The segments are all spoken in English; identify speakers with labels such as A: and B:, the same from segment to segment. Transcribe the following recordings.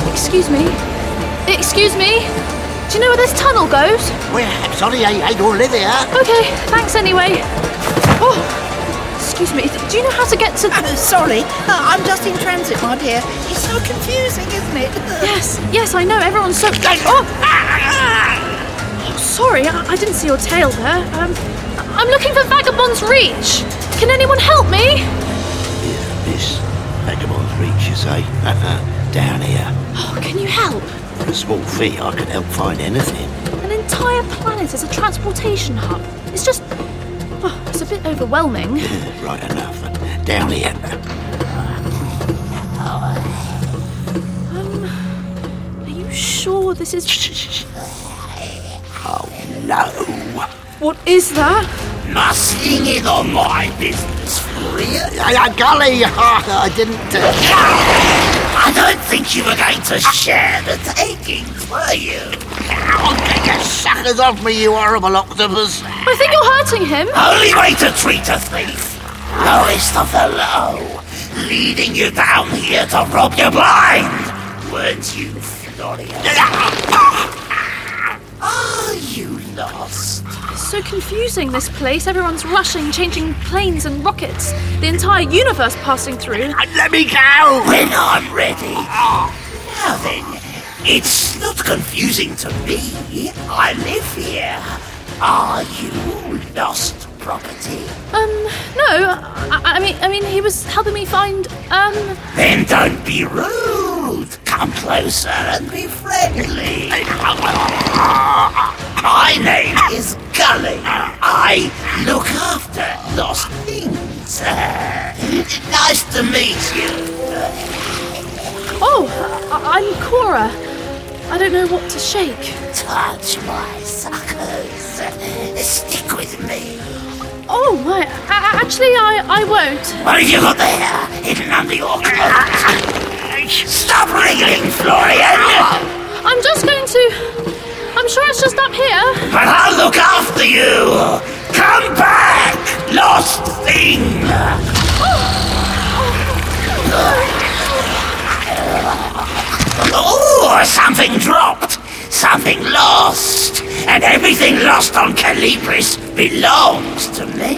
A: me? Excuse me? Do you know where this tunnel goes?
B: Well, I'm sorry, I, I don't live here.
A: Okay, thanks anyway. Oh, excuse me. Do you know how to get to.
C: Oh, sorry. Uh, I'm just in transit, my dear. It's so confusing, isn't it?
A: Yes, yes, I know. Everyone's so. Oh! Oh, Sorry, I, I didn't see your tail there. Um, I'm looking for Vagabond's Reach. Can anyone help me?
B: Yeah, this vagabond's reach, you say? uh, Down here.
A: Oh, can you help?
B: For a small fee, I can help find anything.
A: An entire planet is a transportation hub. It's just. Oh, it's a bit overwhelming.
B: Right enough. Down here.
A: Are you sure this is.
B: No.
A: What is that?
B: Nothing is on my business. golly, I didn't. uh, I don't think you were going to share the takings, were you? I'll get your suckers off me, you horrible octopus.
A: I think you're hurting him.
B: Only way to treat a thief. Lowest of the low. Leading you down here to rob you blind. Weren't you furious? Are you lost?
A: It's so confusing, this place. Everyone's rushing, changing planes and rockets. The entire universe passing through.
B: Let me go! When I'm ready. Now then, it's not confusing to me. I live here. Are you lost property?
A: Um, no, I, I mean, I mean, he was helping me find. Um,
B: Then don't be rude. Come closer and be friendly. My name is Gully. I look after lost things. Nice to meet you.
A: oh, I, I'm Cora. I don't know what to shake.
B: Touch my suckers. Stick with me.
A: Oh my! a- a- actually, I, I won't.
B: What have you got there? Hidden under your coat. Stop wriggling, Florian.
A: I'm just going to. I'm sure it's just up here.
B: But I'll look after you! Come back, lost thing! Oh, something dropped! Something lost! And everything lost on Calibris belongs to me!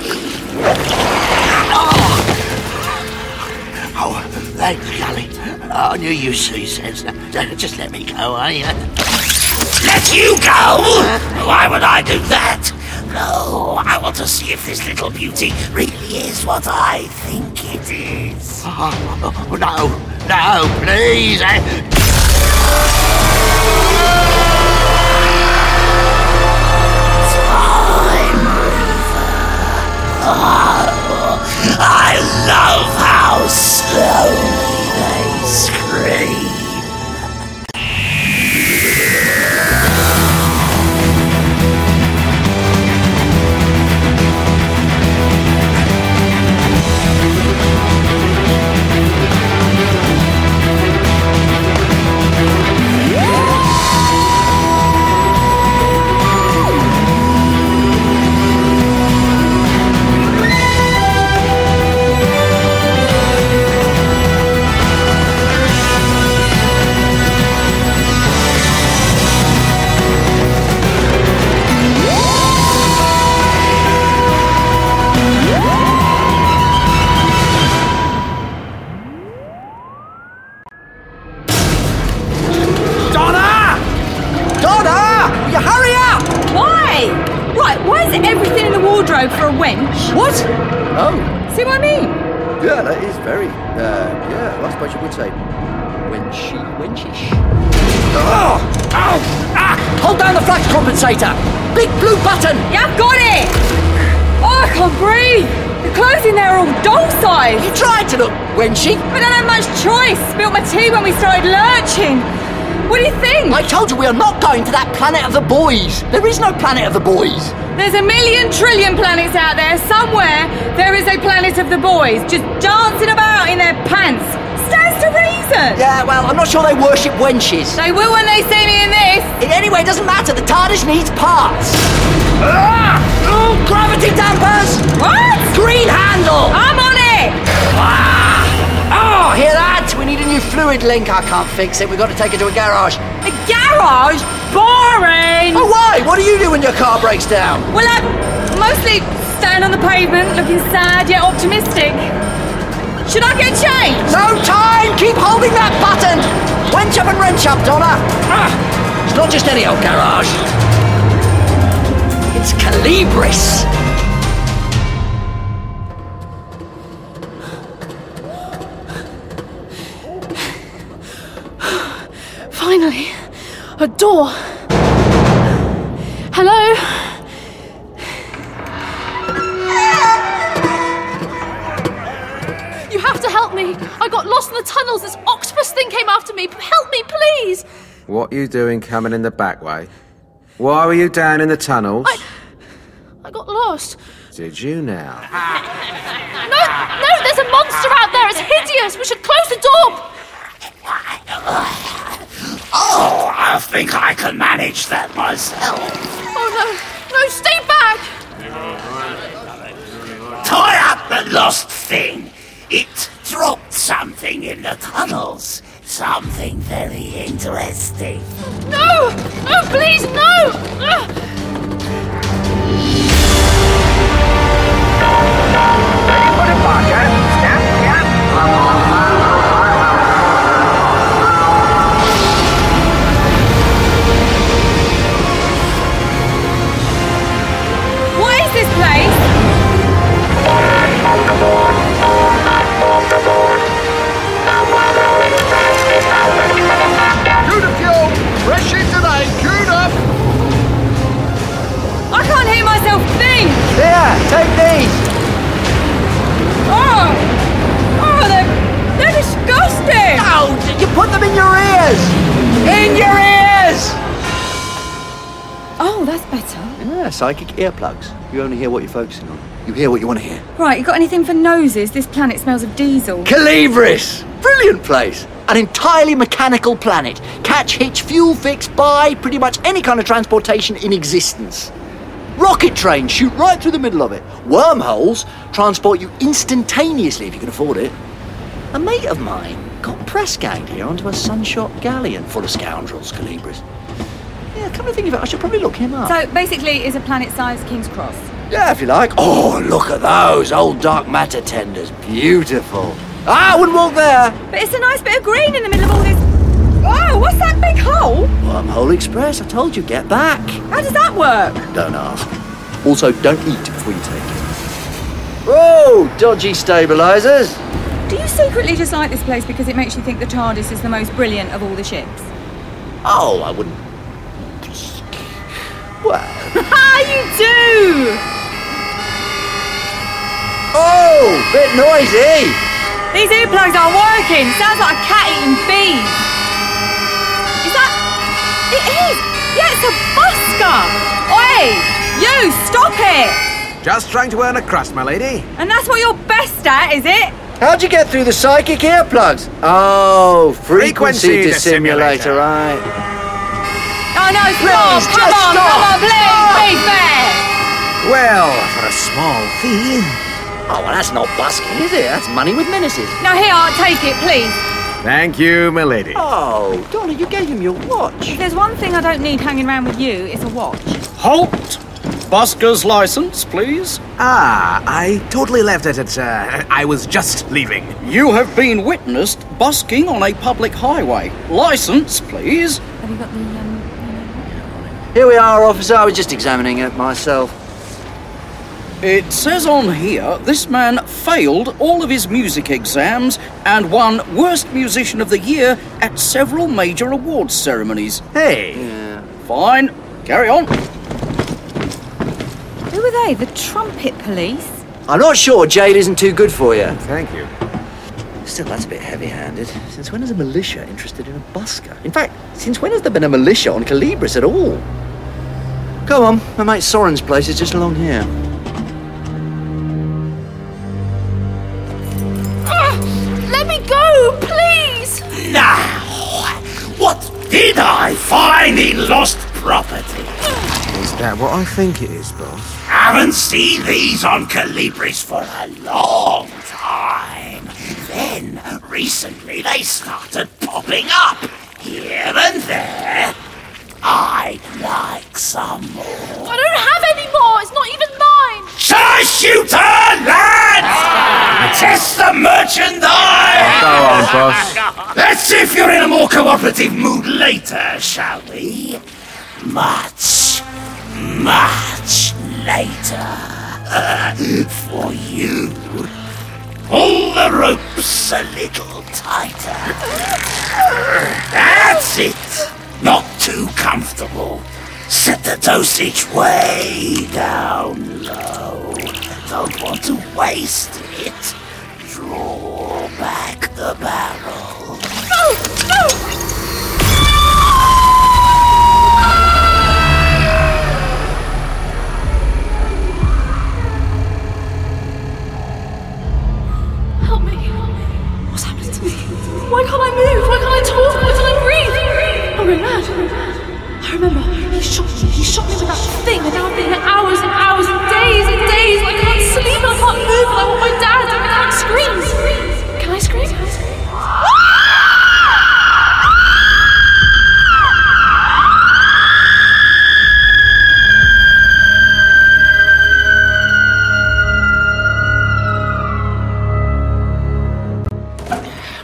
B: Oh, thanks, Gully. Oh, I knew you see sense. Just let me go, eh? Let you go? Why would I do that? No, I want to see if this little beauty really is what I think it is. no, no, please. eh? I love how slowly they scream.
D: Donna! Donna! Will you hurry up!
E: Why? Right, why is everything in the wardrobe for a wench?
D: What? Oh,
E: See what I mean?
D: yeah, that is very, uh, yeah, I suppose you would say. When she, when she sh. Oh! Ow! Ah! Hold down the flash compensator! Big blue button!
E: Yeah, I've got it! Oh, I can't breathe! The clothes in there are all doll sized!
D: You tried to look, when she.
E: But I don't have much choice! Spilled my tea when we started lurching! What do you think?
D: I told you we are not going to that planet of the boys! There is no planet of the boys!
E: There's a million trillion planets out there. Somewhere there is a planet of the boys just dancing about in their pants. Stands to reason!
D: Yeah, well, I'm not sure they worship wenches.
E: They will when they see me in this!
D: In any way, it doesn't matter. The TARDIS needs parts. Oh, gravity dampers!
E: What?
D: Green handle!
E: I'm on it!
D: Oh, hear that? We need a new
B: fluid link I can't fix it. We've got to take it to a garage.
E: A garage? Boring!
B: Oh, why? What do you do when your car breaks down?
E: Well, I mostly stand on the pavement looking sad yet optimistic. Should I get changed?
B: No time! Keep holding that button! Wench up and wrench up, Donna! Ah, it's not just any old garage. It's Calibris!
A: Finally, a door. Hello? You have to help me. I got lost in the tunnels. This octopus thing came after me. P- Help me, please.
F: What you doing coming in the back way? Why were you down in the tunnels?
A: I got lost.
F: Did you now?
A: No, no, there's a monster out there. It's hideous. We should close the door.
D: Oh, I think I can manage that myself.
A: Oh, no. No, stay back.
D: Tie up the lost thing. It dropped something in the tunnels. Something very interesting.
A: No. No, please, no. Ugh.
E: What is this place?
B: Fresh in today, tune up!
E: I can't hear myself think.
B: There, take these!
E: Oh, oh, they're, they're disgusting.
B: Oh, you put them in your ears! In your ears!
E: Oh, that's better.
B: Yeah, psychic earplugs. You only hear what you're focusing on. You hear what you want to hear.
E: Right, you got anything for noses? This planet smells of diesel.
B: Calibris! Brilliant place! An entirely mechanical planet. Catch, hitch, fuel fix, buy, pretty much any kind of transportation in existence. Rocket trains shoot right through the middle of it. Wormholes transport you instantaneously if you can afford it. A mate of mine got press ganged here onto a sunshot galleon full of scoundrels, Calibris. Yeah, come to think of it, I should probably look him up.
E: So basically, it's a planet-sized King's Cross.
B: Yeah, if you like. Oh, look at those old dark matter tenders. Beautiful. Ah, I wouldn't walk there.
E: But it's a nice bit of green in the middle of all this. Oh, what's that big hole?
B: Wormhole Express, I told you, get back.
E: How does that work?
B: Don't ask. Also, don't eat before you take it. Whoa, dodgy stabilizers.
E: Do you secretly just like this place because it makes you think the TARDIS is the most brilliant of all the ships?
B: Oh, I wouldn't. Well.
E: Ah, you do!
B: Oh, bit noisy.
E: These earplugs aren't working. Sounds like a cat eating bees. Is that? It is. Yeah, it's a busker. Oi, you stop it.
F: Just trying to earn a crust, my lady.
E: And that's what you're best at, is it?
B: How'd you get through the psychic earplugs? Oh, frequency,
F: Frequency
B: dissimulator,
F: dissimulator.
B: right.
E: Oh no, stop!
B: Please,
E: come
B: just
E: on,
B: stop.
E: come on, please,
B: Stop.
E: be fair.
F: Well, for a small fee.
B: Oh, well, that's not busking, is it? That's money with menaces.
E: Now here, I'll take it, please.
F: Thank you, my lady.
B: Oh, Donna, you gave him your watch.
E: If there's one thing I don't need hanging around with you, it's a watch.
G: Halt! Busker's license, please.
F: Ah, I totally left it at. Uh, I was just leaving.
G: You have been witnessed busking on a public highway. License, please.
E: Have you got the? Um...
B: Here we are, officer. I was just examining it myself.
G: It says on here this man failed all of his music exams and won Worst Musician of the Year at several major awards ceremonies.
F: Hey,
G: Fine, carry on.
E: Who are they? The trumpet police?
B: I'm not sure jail isn't too good for you.
F: thank you.
B: Still, that's a bit heavy handed. Since when is a militia interested in a busker? In fact, since when has there been a militia on Calibris at all? Go on, my mate Soren's place is just along here.
A: Ugh. Let me go, please.
D: Now, what did I find in lost property?
F: Is that what I think it is, boss?
D: Haven't seen these on Calibris for a long time. Then
B: Recently, they started popping up here and there. I'd like some more.
A: I don't have any more. It's not even mine.
B: Sharpshooter, lads! Test the merchandise!
H: Go on, boss.
B: Let's see if you're in a more cooperative mood later, shall we? Much, much later. uh, For you, pull the ropes a little tighter. That's it. Not too comfortable. Set the dosage way down low. Don't want to waste it. Draw back the barrel.
A: Help me. What's happening to me? Why can't I move? Why can't I talk? Why can't I breathe? I'm going mad. I'm going mad. I remember he shot me. He shot me with that thing, and now I've been here hours and hours and days and days. and I can't sleep. and I can't move. and I want my dad. and I can't scream. Can I scream? Can I scream?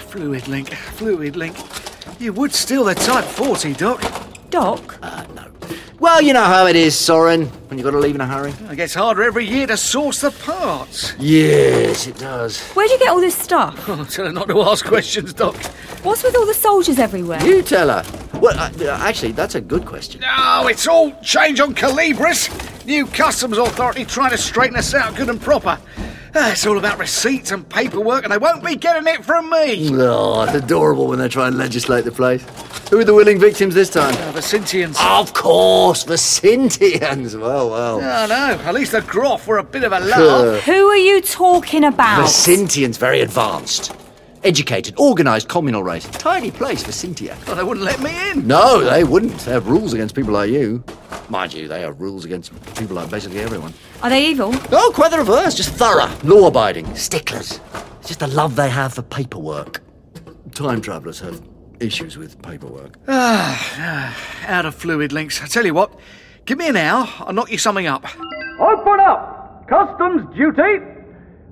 I: Fluid link, fluid link. You would steal the Type 40, Doc.
E: Doc?
F: Well, you know how it is, Soren, when you've got to leave in a hurry.
I: It gets harder every year to source the parts.
F: Yes, it does.
E: Where'd you get all this stuff?
I: Oh, tell her not to ask questions, Doc.
E: What's with all the soldiers everywhere?
F: You tell her. Well, uh, uh, actually, that's a good question.
I: No, it's all change on Calibris. New customs authority trying to straighten us out good and proper. Ah, it's all about receipts and paperwork, and they won't be getting it from me.
F: Oh, it's adorable when they try and legislate the place. Who are the willing victims this time?
I: Uh, the Sintians.
F: Of course, the Sintians. Well, well.
I: Oh, no, at least the Groff were a bit of a laugh.
E: Who are you talking
F: The
E: about?
F: Sintians, very advanced. Educated, organised communal race. Tiny place for Sintia.
I: Well, they wouldn't let me in.
F: No, they wouldn't. They have rules against people like you. Mind you, they have rules against people like basically everyone.
E: Are they evil?
F: No, quite the reverse. Just thorough, law abiding, sticklers. It's just the love they have for paperwork. Time travellers have issues with paperwork.
I: Out of fluid links. I tell you what, give me an hour, I'll knock you something up.
G: Open up! Customs duty!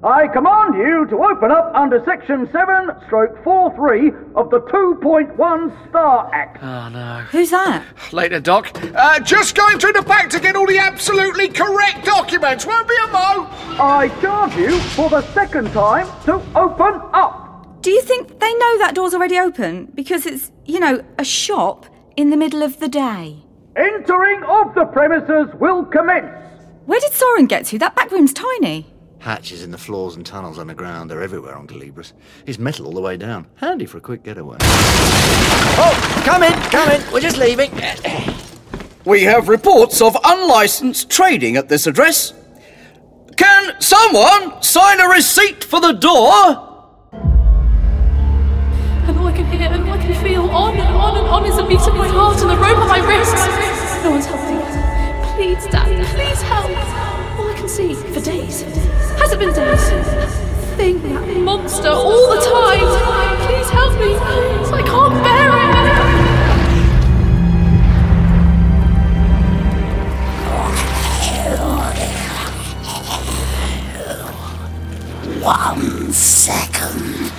G: I command you to open up under Section 7 stroke 43 of the 2.1 Star Act.
E: Who's that?
I: Later, Doc. Uh, just going through the back to get all the absolutely correct documents. Won't be a mo.
G: I charge you for the second time to open up!
E: Do you think they know that door's already open? Because it's, you know, a shop in the middle of the day.
G: Entering of the premises will commence!
E: Where did Soren get to? That back room's tiny.
F: Hatches in the floors and tunnels underground, they're everywhere on Calibris. It's metal all the way down. Handy for a quick getaway. Oh, come in, come in. We're just leaving.
G: We have reports of unlicensed trading at this address. Can someone sign a receipt for the door?
A: And all I can hear and all I can feel on and on and on is the beat of my heart and the rope on my wrists. No one's helping. Please, Dad, please help. All I can see for days. Has it been days? That Thing, that monster, all the time. Please help me. I can't bear it.
B: One second.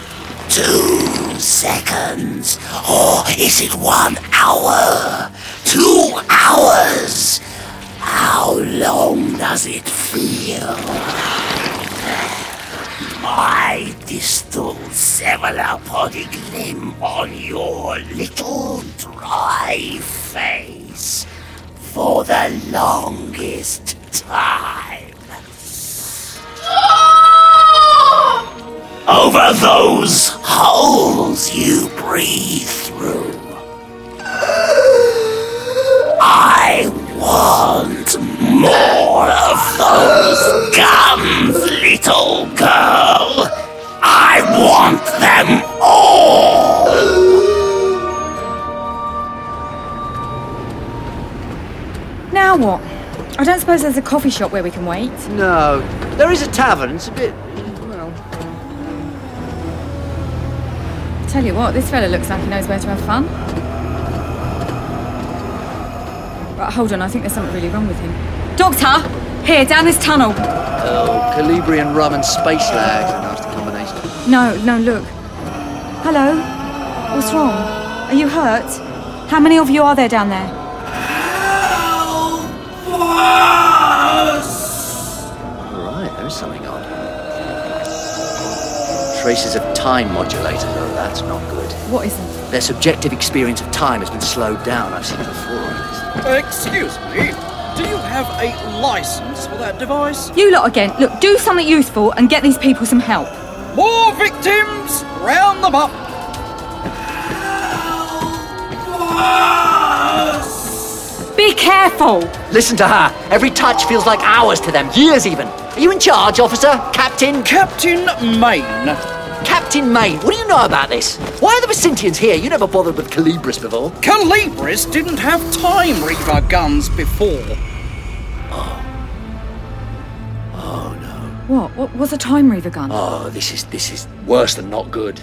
B: Two seconds. Or is it one hour? Two hours? How long does it feel? My distal cephalopotic limb on your little dry face for the longest time. over those holes you breathe through. I want more of those gums, little girl. I want them all.
E: Now what? I don't suppose there's a coffee shop where we can wait.
F: No, there is a tavern. It's a bit. Well.
E: Tell you what, this fella looks like he knows where to have fun. Right, hold on, I think there's something really wrong with him. Doctor! Here, down this tunnel.
B: Oh, Calibrian rum and space lags are a nasty combination.
E: No, no, look. Hello? What's wrong? Are you hurt? How many of you are there down there?
B: Right, there's something odd. Traces of time modulator, though that's not good.
E: What is it?
B: Their subjective experience of time has been slowed down. I've seen it before.
G: Excuse me, do you have a license for that device?
E: You lot again. Look, do something useful and get these people some help.
G: More victims! Round them up!
E: Be careful!
B: Listen to her. Every touch feels like hours to them, years even. Are you in charge, officer? Captain?
G: Captain Maine.
B: Captain Maine, what do you know about this? Why are the Vicentians here? You never bothered with Calibris before.
G: Calibris didn't have time reaver guns before.
E: What? What was a time reaver gun?
B: Oh, this is this is worse than not good.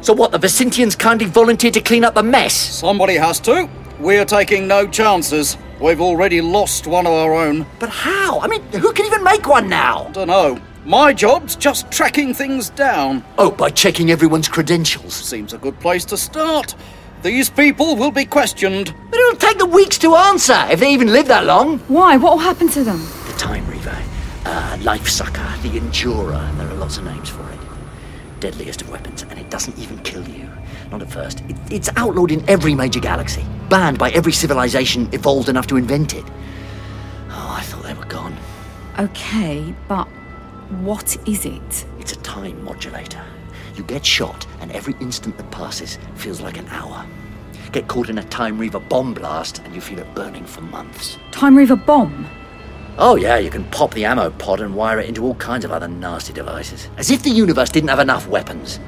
B: So what? The Vicentians kindly volunteered to clean up the mess.
G: Somebody has to. We're taking no chances. We've already lost one of our own.
B: But how? I mean, who can even make one now?
G: Dunno. My job's just tracking things down.
B: Oh, by checking everyone's credentials.
G: Seems a good place to start. These people will be questioned.
B: But it'll take them weeks to answer if they even live that long.
E: Why? What will happen to them?
B: The Time Reaver, uh, Life Sucker, the Endurer. There are lots of names for it. Deadliest of weapons, and it doesn't even kill you. Not at first. It, it's outlawed in every major galaxy, banned by every civilization evolved enough to invent it. Oh, I thought they were gone.
E: Okay, but what is it?
B: It's a time modulator. You get shot, and every instant that passes feels like an hour. Get caught in a Time Reaver bomb blast, and you feel it burning for months.
E: Time reaver bomb?
B: Oh, yeah, you can pop the ammo pod and wire it into all kinds of other nasty devices. As if the universe didn't have enough weapons.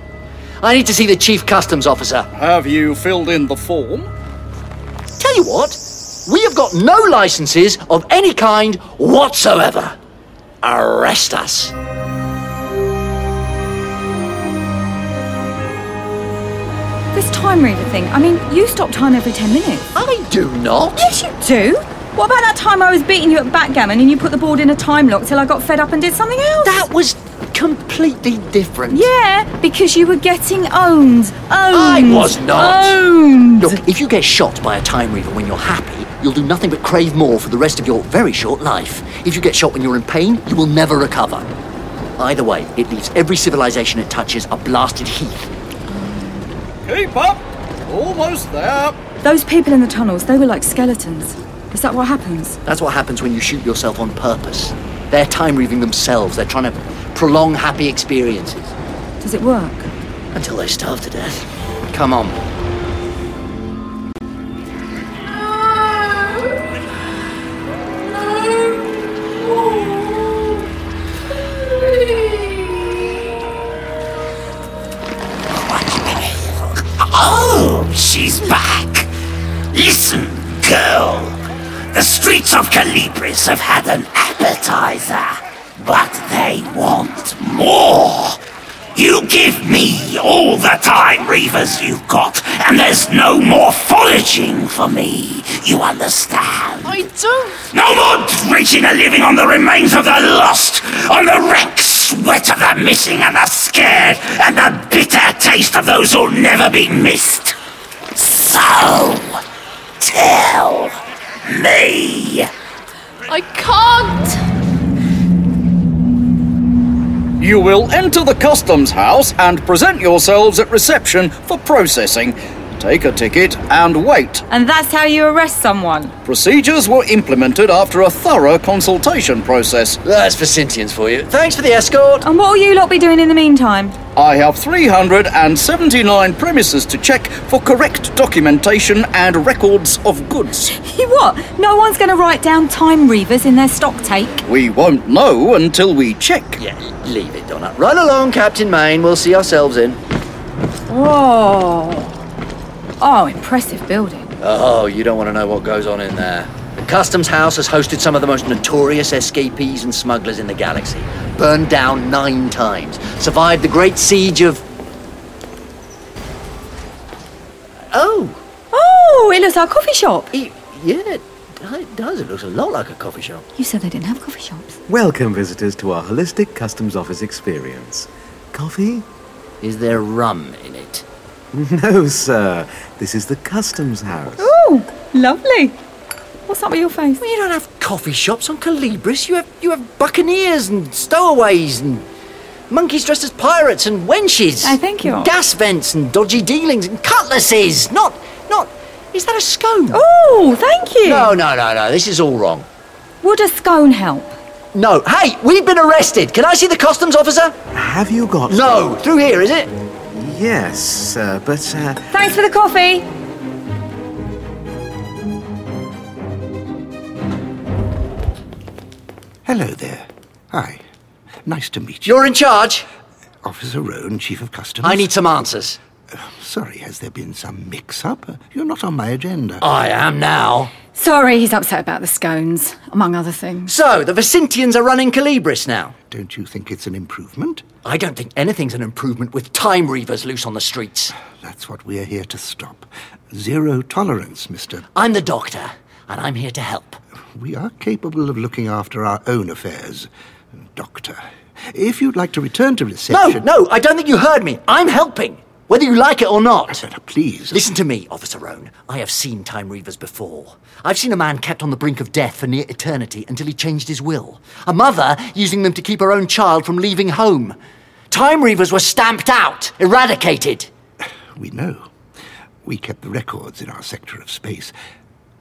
B: I need to see the Chief Customs Officer.
G: Have you filled in the form?
B: Tell you what, we have got no licenses of any kind whatsoever. Arrest us.
E: This time reaver thing. I mean, you stop time every 10 minutes.
B: I do not.
E: Yes, you do. What about that time I was beating you at backgammon and you put the board in a time lock till I got fed up and did something else?
B: That was completely different.
E: Yeah, because you were getting owned. Owned.
B: I was not.
E: Owned.
B: Look, if you get shot by a time reaver when you're happy, you'll do nothing but crave more for the rest of your very short life. If you get shot when you're in pain, you will never recover. Either way, it leaves every civilization it touches a blasted heath.
G: Keep up! Almost there.
E: Those people in the tunnels, they were like skeletons. Is that what happens?
B: That's what happens when you shoot yourself on purpose. They're time reaving themselves, they're trying to prolong happy experiences
E: Does it work?
B: until they starve to death. Come on.
D: Oh, she's back. Listen, girl. The streets of Calibris have had an appetizer, but they want more. You give me all the time reavers you've got, and there's no more foraging for me. You understand?
C: I don't.
D: No more drenching a living on the remains of the lost, on the wreck sweat of the missing and the scared, and the bitter taste of those who'll never be missed. So, tell me.
A: I can't.
G: You will enter the customs house and present yourselves at reception for processing. Take a ticket and wait.
E: And that's how you arrest someone.
G: Procedures were implemented after a thorough consultation process.
B: That's for Sentience for you. Thanks for the escort.
E: And what will you lot be doing in the meantime?
G: I have 379 premises to check for correct documentation and records of goods.
E: You what? No one's going to write down time reavers in their stock take.
G: We won't know until we check.
B: Yeah, leave it, Donna. Run along, Captain Maine. We'll see ourselves in.
E: Oh. Oh, impressive building.
B: Oh, you don't want to know what goes on in there. The customs house has hosted some of the most notorious escapees and smugglers in the galaxy. Burned down nine times. Survived the great siege of. Oh,
E: Oh, it looks like a coffee shop.
B: it, yeah, it do- it does. It looks a lot like a coffee shop.
E: You said they didn't have coffee shops.
F: Welcome, visitors, to our holistic customs office experience. Coffee?
B: Is there rum in it?
F: No, sir. This is the customs house.
E: Oh, lovely. What's up with your face?
B: Well, you don't have coffee shops on Calibris. You have you have buccaneers and stowaways and monkeys dressed as pirates and wenches.
E: I think you're-
B: Gas vents and dodgy dealings and cutlasses. Not not. Is that a scone?
E: Oh, thank you.
B: No, no, no, no. This is all wrong.
E: Would a scone help?
B: No. Hey, we've been arrested. Can I see the customs officer?
F: Have you got.
B: No. Through here, is it?
F: Yes, sir, but. Uh,
E: Thanks for the coffee.
J: Hello there. Hi. Nice to meet you.
B: You're in charge.
J: Officer Roan, Chief of Customs.
B: I need some answers.
J: Sorry, has there been some mix-up? Uh, You're not on my agenda.
B: I am now.
E: Sorry, he's upset about the scones, among other things.
B: So, the Vicentians are running Calibris now.
J: Don't you think it's an improvement?
B: I don't think anything's an improvement with time reavers loose on the streets.
J: That's what we're here to stop. Zero tolerance, mister.
B: I'm the doctor, and I'm here to help.
J: We are capable of looking after our own affairs, Doctor. If you'd like to return to
B: No,
J: reception.
B: no, I don't think you heard me. I'm helping, whether you like it or not.
J: No, no, Please.
B: Listen to me, Officer Roan. I have seen time reavers before. I've seen a man kept on the brink of death for near eternity until he changed his will. A mother using them to keep her own child from leaving home. Time reavers were stamped out, eradicated. Oh.
J: We know. We kept the records in our sector of space.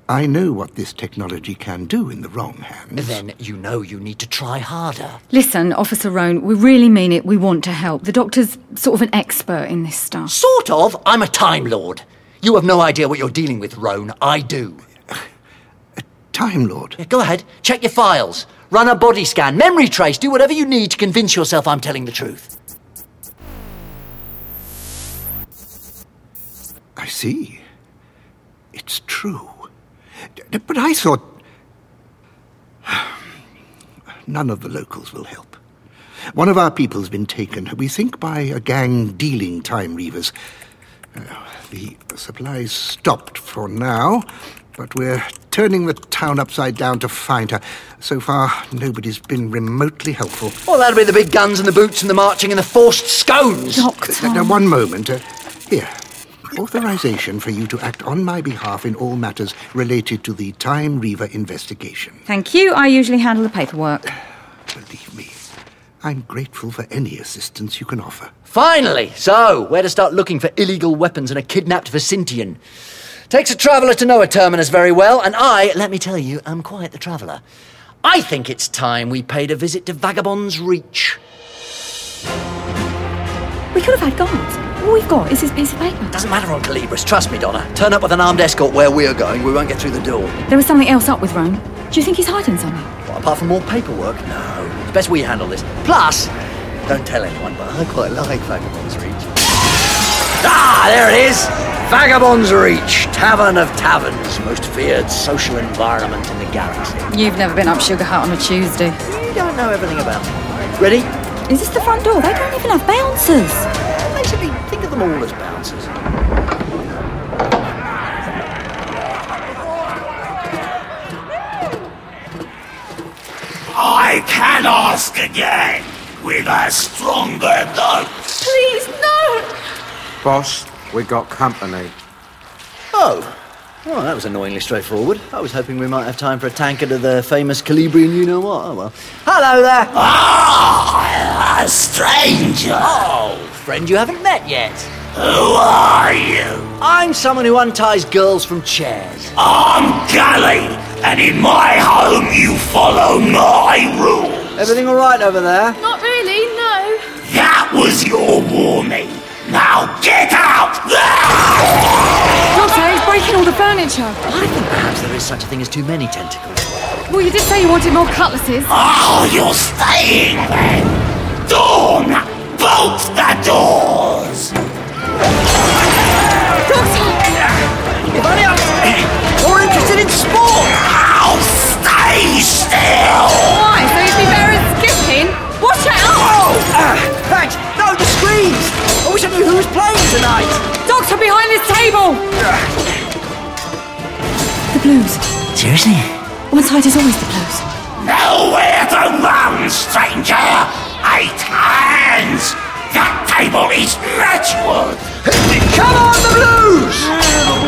J: I know what this technology can do in the wrong hands.
B: Then you know you need to try harder.
E: Listen, Officer Roan, we really mean it. We want to help. The doctor's sort of an expert in this stuff.
B: Sort of. I'm a Time Lord. You have no idea what you're dealing with, Roan. I do.
J: Time Lord.
B: Go ahead, check your files, run a body scan, memory trace, do whatever you need to convince yourself I'm telling the truth.
J: I see. It's true. D- d- But I thought. None of the locals will help. One of our people's been taken, we think, by a gang dealing time reavers. Uh, the supplies stopped for now, but we're turning the town upside down to find her. So far, nobody's been remotely helpful.
B: Well, that'll be the big guns and the boots and the marching and the forced scones.
E: Doctor.
J: Now, one moment. Uh, here. Authorization for you to act on my behalf in all matters related to the Time Reaver investigation.
E: Thank you. I usually handle the paperwork.
J: Believe me, I'm grateful for any assistance you can offer.
B: Finally, so where to start looking for illegal weapons and a kidnapped Vicentian? Takes a traveller to know a terminus very well, and I, let me tell you, am quite the traveller. I think it's time we paid a visit to Vagabond's Reach.
E: We could have had guards. All we've got is this piece of paper.
B: Doesn't matter on Calibris, trust me, Donna. Turn up with an armed escort where we're going, we won't get through the door.
E: There was something else up with Roan. Do you think he's hiding something?
B: What, apart from more paperwork? No. It's best we handle this. Plus, don't tell anyone, but I quite like Vagabond's Reach. Ah, there it is! Vagabond's Reach, Tavern of Taverns, most feared social environment in the galaxy.
E: You've never been up Sugar Hut on a Tuesday.
B: We don't know everything about them. Ready?
E: Is this the front door? They don't even have bouncers.
B: Basically, think of them all as bouncers.
J: I can ask again with a stronger note.
A: Please, no!
K: Boss, we got company.
B: Oh. Well, that was annoyingly straightforward. I was hoping we might have time for a tankard of the famous Calibrian you know what. Oh well. Hello there!
J: Ah, a stranger.
B: Oh, friend you haven't met yet.
J: Who are you? Ah.
B: I'm someone who unties girls from chairs.
J: I'm Gully, and in my home you follow my rules.
B: Everything all right over there?
A: Not really, no.
J: That was your warning. Now get out!
E: Doctor, he's breaking all the furniture.
B: I think perhaps there is such a thing as too many tentacles.
E: Well, you did say you wanted more cutlasses.
J: Oh, you're staying then. Dawn, bolt the doors.
B: If only I was more interested in sport!
J: Now stay still.
E: Why? So you'd be better at skipping? Watch out!
B: Oh, ah, thanks. No, the screams. I wish I knew who was playing tonight.
E: Doctor, behind this table! The blues.
J: Seriously?
E: One side is always the blues.
J: Nowhere to run, stranger! Eight hands! That table is Letchwood!
I: Come on, the Blues! the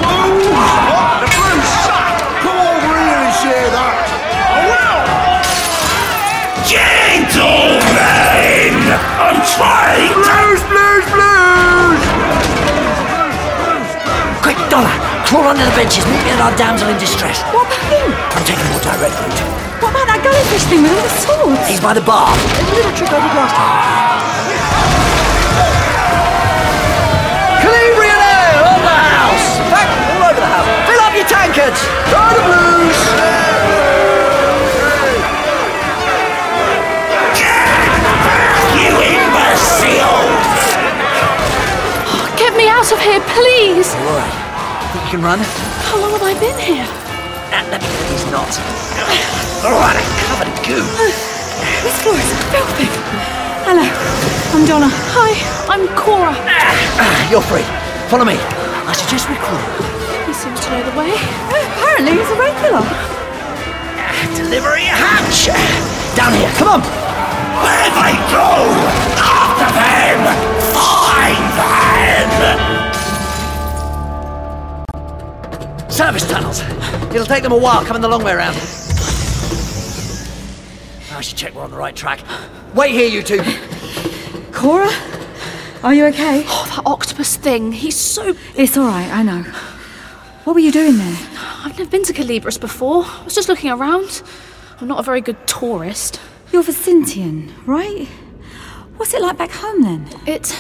I: Blues! What? The Blues suck! Come over here and share that! Oh, well!
J: Gentlemen! I'm trying Blues, blues, blues!
B: Quick, Dollar, crawl under the benches, meet me and our damsel in distress.
E: What about him?
B: I'm taking a more direct route.
E: What about that goldfish thing with all the swords?
B: He's by the bar. A little trick I did last time. Calabrian ale on eh, the house. In fact, all over the house. Fill up your tankards. Try the blues.
J: You imbecile!
A: Get me out of here, please!
B: All right. Think you can run?
A: How long have I been here?
B: That definitely is not.
J: All right, I'm covered in goo.
E: This floor is filthy. Hello, I'm Donna. Hi.
A: I'm Cora.
B: You're free. Follow me. I suggest we crawl.
A: He seems to know the way.
E: Apparently he's a regular.
J: Delivery hatch!
B: Down here. Come on.
J: Where they go? After them! Find them!
B: Service tunnels. It'll take them a while coming the long way around. I should check we're on the right track. Wait here, you two.
E: Cora? Are you okay?
A: Oh, that octopus thing. He's so.
E: It's all right, I know. What were you doing there?
A: I've never been to Calibris before. I was just looking around. I'm not a very good tourist.
E: You're Vicentian, right? What's it like back home then?
A: It's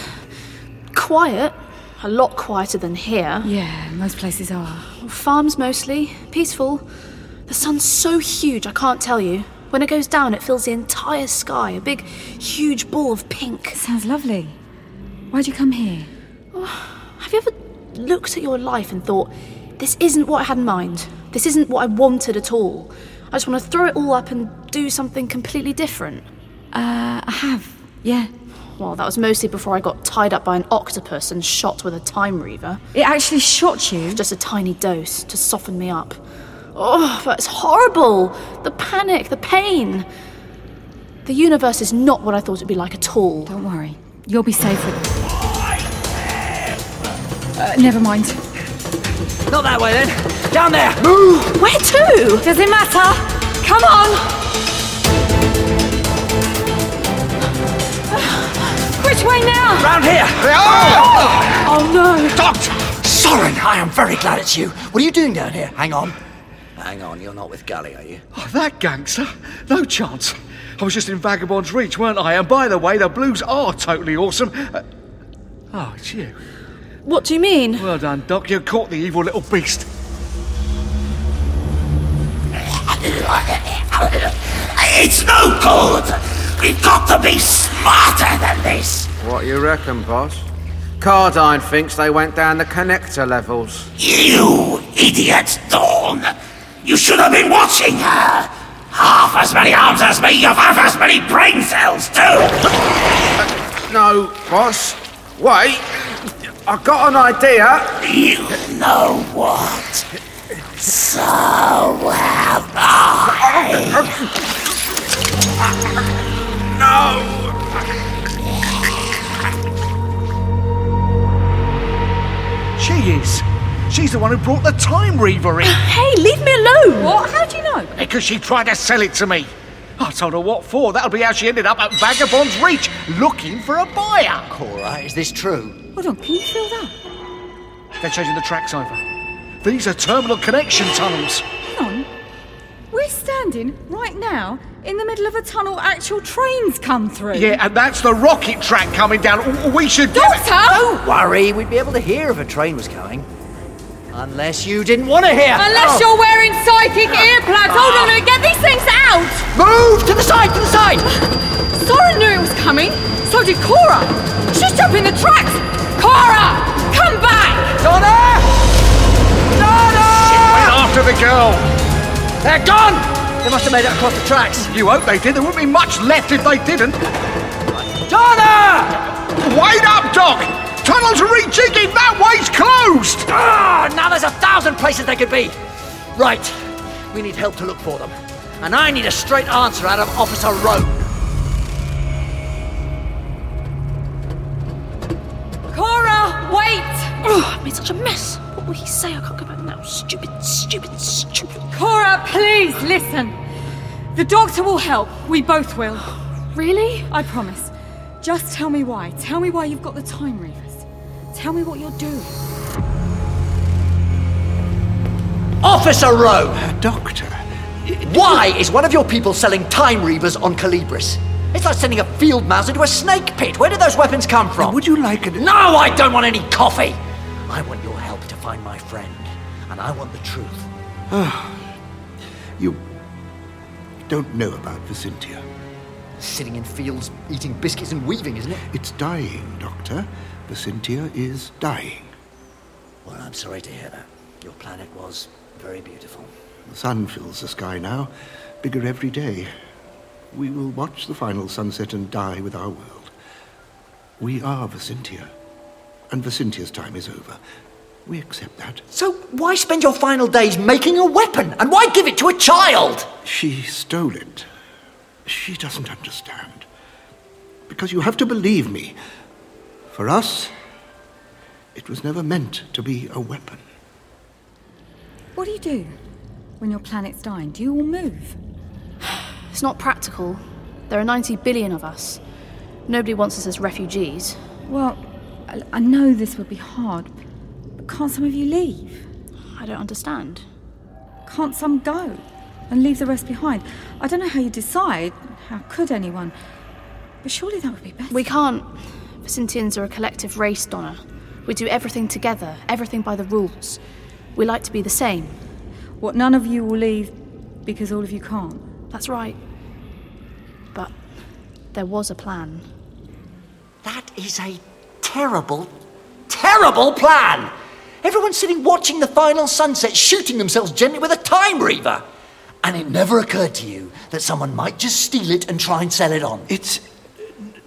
A: quiet. A lot quieter than here.
E: Yeah, most places are.
A: Farms mostly, peaceful. The sun's so huge, I can't tell you. When it goes down, it fills the entire sky, a big, huge ball of pink.
E: Sounds lovely. Why'd you come here?
A: Have you ever looked at your life and thought, this isn't what I had in mind? This isn't what I wanted at all. I just want to throw it all up and do something completely different.
E: Uh, I have. Yeah.
A: Well, that was mostly before I got tied up by an octopus and shot with a time reaver.
E: It actually shot you.
A: Just a tiny dose to soften me up. Oh, that's horrible! The panic, the pain. The universe is not what I thought it'd be like at all.
E: Don't worry. You'll be safe with. Uh, never mind.
B: Not that way then. Down there. Move.
A: Where to?
E: Does it matter? Come on! Which way now?
B: Round here.
A: Oh no!
B: Doctor! Soren, I am very glad it's you. What are you doing down here? Hang on. Hang on, you're not with Gully, are you?
I: Oh, that gangster? No chance. I was just in Vagabond's Reach, weren't I? And by the way, the Blues are totally awesome. Uh, oh, it's you.
A: What do you mean?
I: Well done, Doc. You caught the evil little beast.
J: It's no good! We've got to be smarter than this!
F: What you reckon, boss? Cardine thinks they went down the connector levels.
J: You idiot, Dawn! You should have been watching her! Half as many arms as me, you've half as many brain cells, too!
F: No, boss. Wait. I got an idea.
J: You know what? So have I!
I: She is. She's the one who brought the Time Reaver in.
A: Hey, leave me alone!
E: What? How do you know?
I: Because she tried to sell it to me. I told her what for. That'll be how she ended up at Vagabond's Reach, looking for a buyer.
B: Cora, is this true?
E: Hold on, can you feel that?
I: They're changing the tracks over. These are terminal connection tunnels.
E: Hang on. We're standing right now in the middle of a tunnel actual trains come through.
I: Yeah, and that's the rocket track coming down. W- We should get it.
E: Doctor!
B: Worry, we'd be able to hear if a train was going. Unless you didn't want to hear. Oh.
E: Unless you're wearing psychic earplugs. Hold on, Lou, get these things out!
B: you're. Move to the side, to the side!
E: Soren knew it was coming. So did Cora. She's jumping the tracks. Cora! Come back!
B: Donna!
I: Went after the girl.
B: They're gone! They must have made it across the tracks.
I: You hope they did. There wouldn't be much left if they didn't.
B: Donna!
I: Wait up, Doc!
J: tunnel's rejigging. That way's closed.
B: Ah, now there's a thousand places they could be. Right, we need help to look for them. And I need a straight answer out of Officer Rowe.
A: Ah,
E: Cora, wait!
A: Oh, I made such a mess. What will he say? I can't go back now. Stupid, stupid, stupid.
E: Cora, please listen. The doctor will help. We both will.
A: Really?
E: I promise. Just tell me why. Tell me why you've got the time, Reavers. Tell me what you're doing.
B: Officer Rowe!
J: Doctor,
B: Why is one of your people selling time reavers on Calibris? It's like sending a field mouse into a snake pit. Where did those weapons come from?
J: would you like an...
B: No, I don't want any coffee! I want your help to find my friend. And I want the truth.
J: You don't know about Vicintia.
B: Sitting in fields, eating biscuits and weaving, isn't it?
J: It's dying, Doctor. Vicintia is dying.
B: Well, I'm sorry to hear that. Your planet was very beautiful.
J: The sun fills the sky now, bigger every day. We will watch the final sunset and die with our world. We are Vicintia, and Vicintia's time is over. We accept that.
B: So why spend your final days making a weapon? And why give it to a child?
J: She stole it. She doesn't understand. Because you have to believe me. For us, it was never meant to be a weapon.
E: What do you do when your planet's dying? Do you all move?
A: It's not practical. There are 90 billion of us. Nobody wants us as refugees.
E: Well, I, I know this will be hard, but can't some of you leave?
A: I don't understand.
E: Can't some go and leave the rest behind? I don't know how you decide. How could anyone? But surely that would be better.
A: We can't. Vicintians are a collective race, Donna. We do everything together, everything by the rules. We like to be the same.
E: What none of you will leave because all of you can't.
A: That's right. But there was a plan.
B: That is a terrible, terrible plan. Everyone's sitting watching the final sunset, shooting themselves gently with a time reaver. And it never occurred to you that someone might just steal it and try and sell it on.
J: It's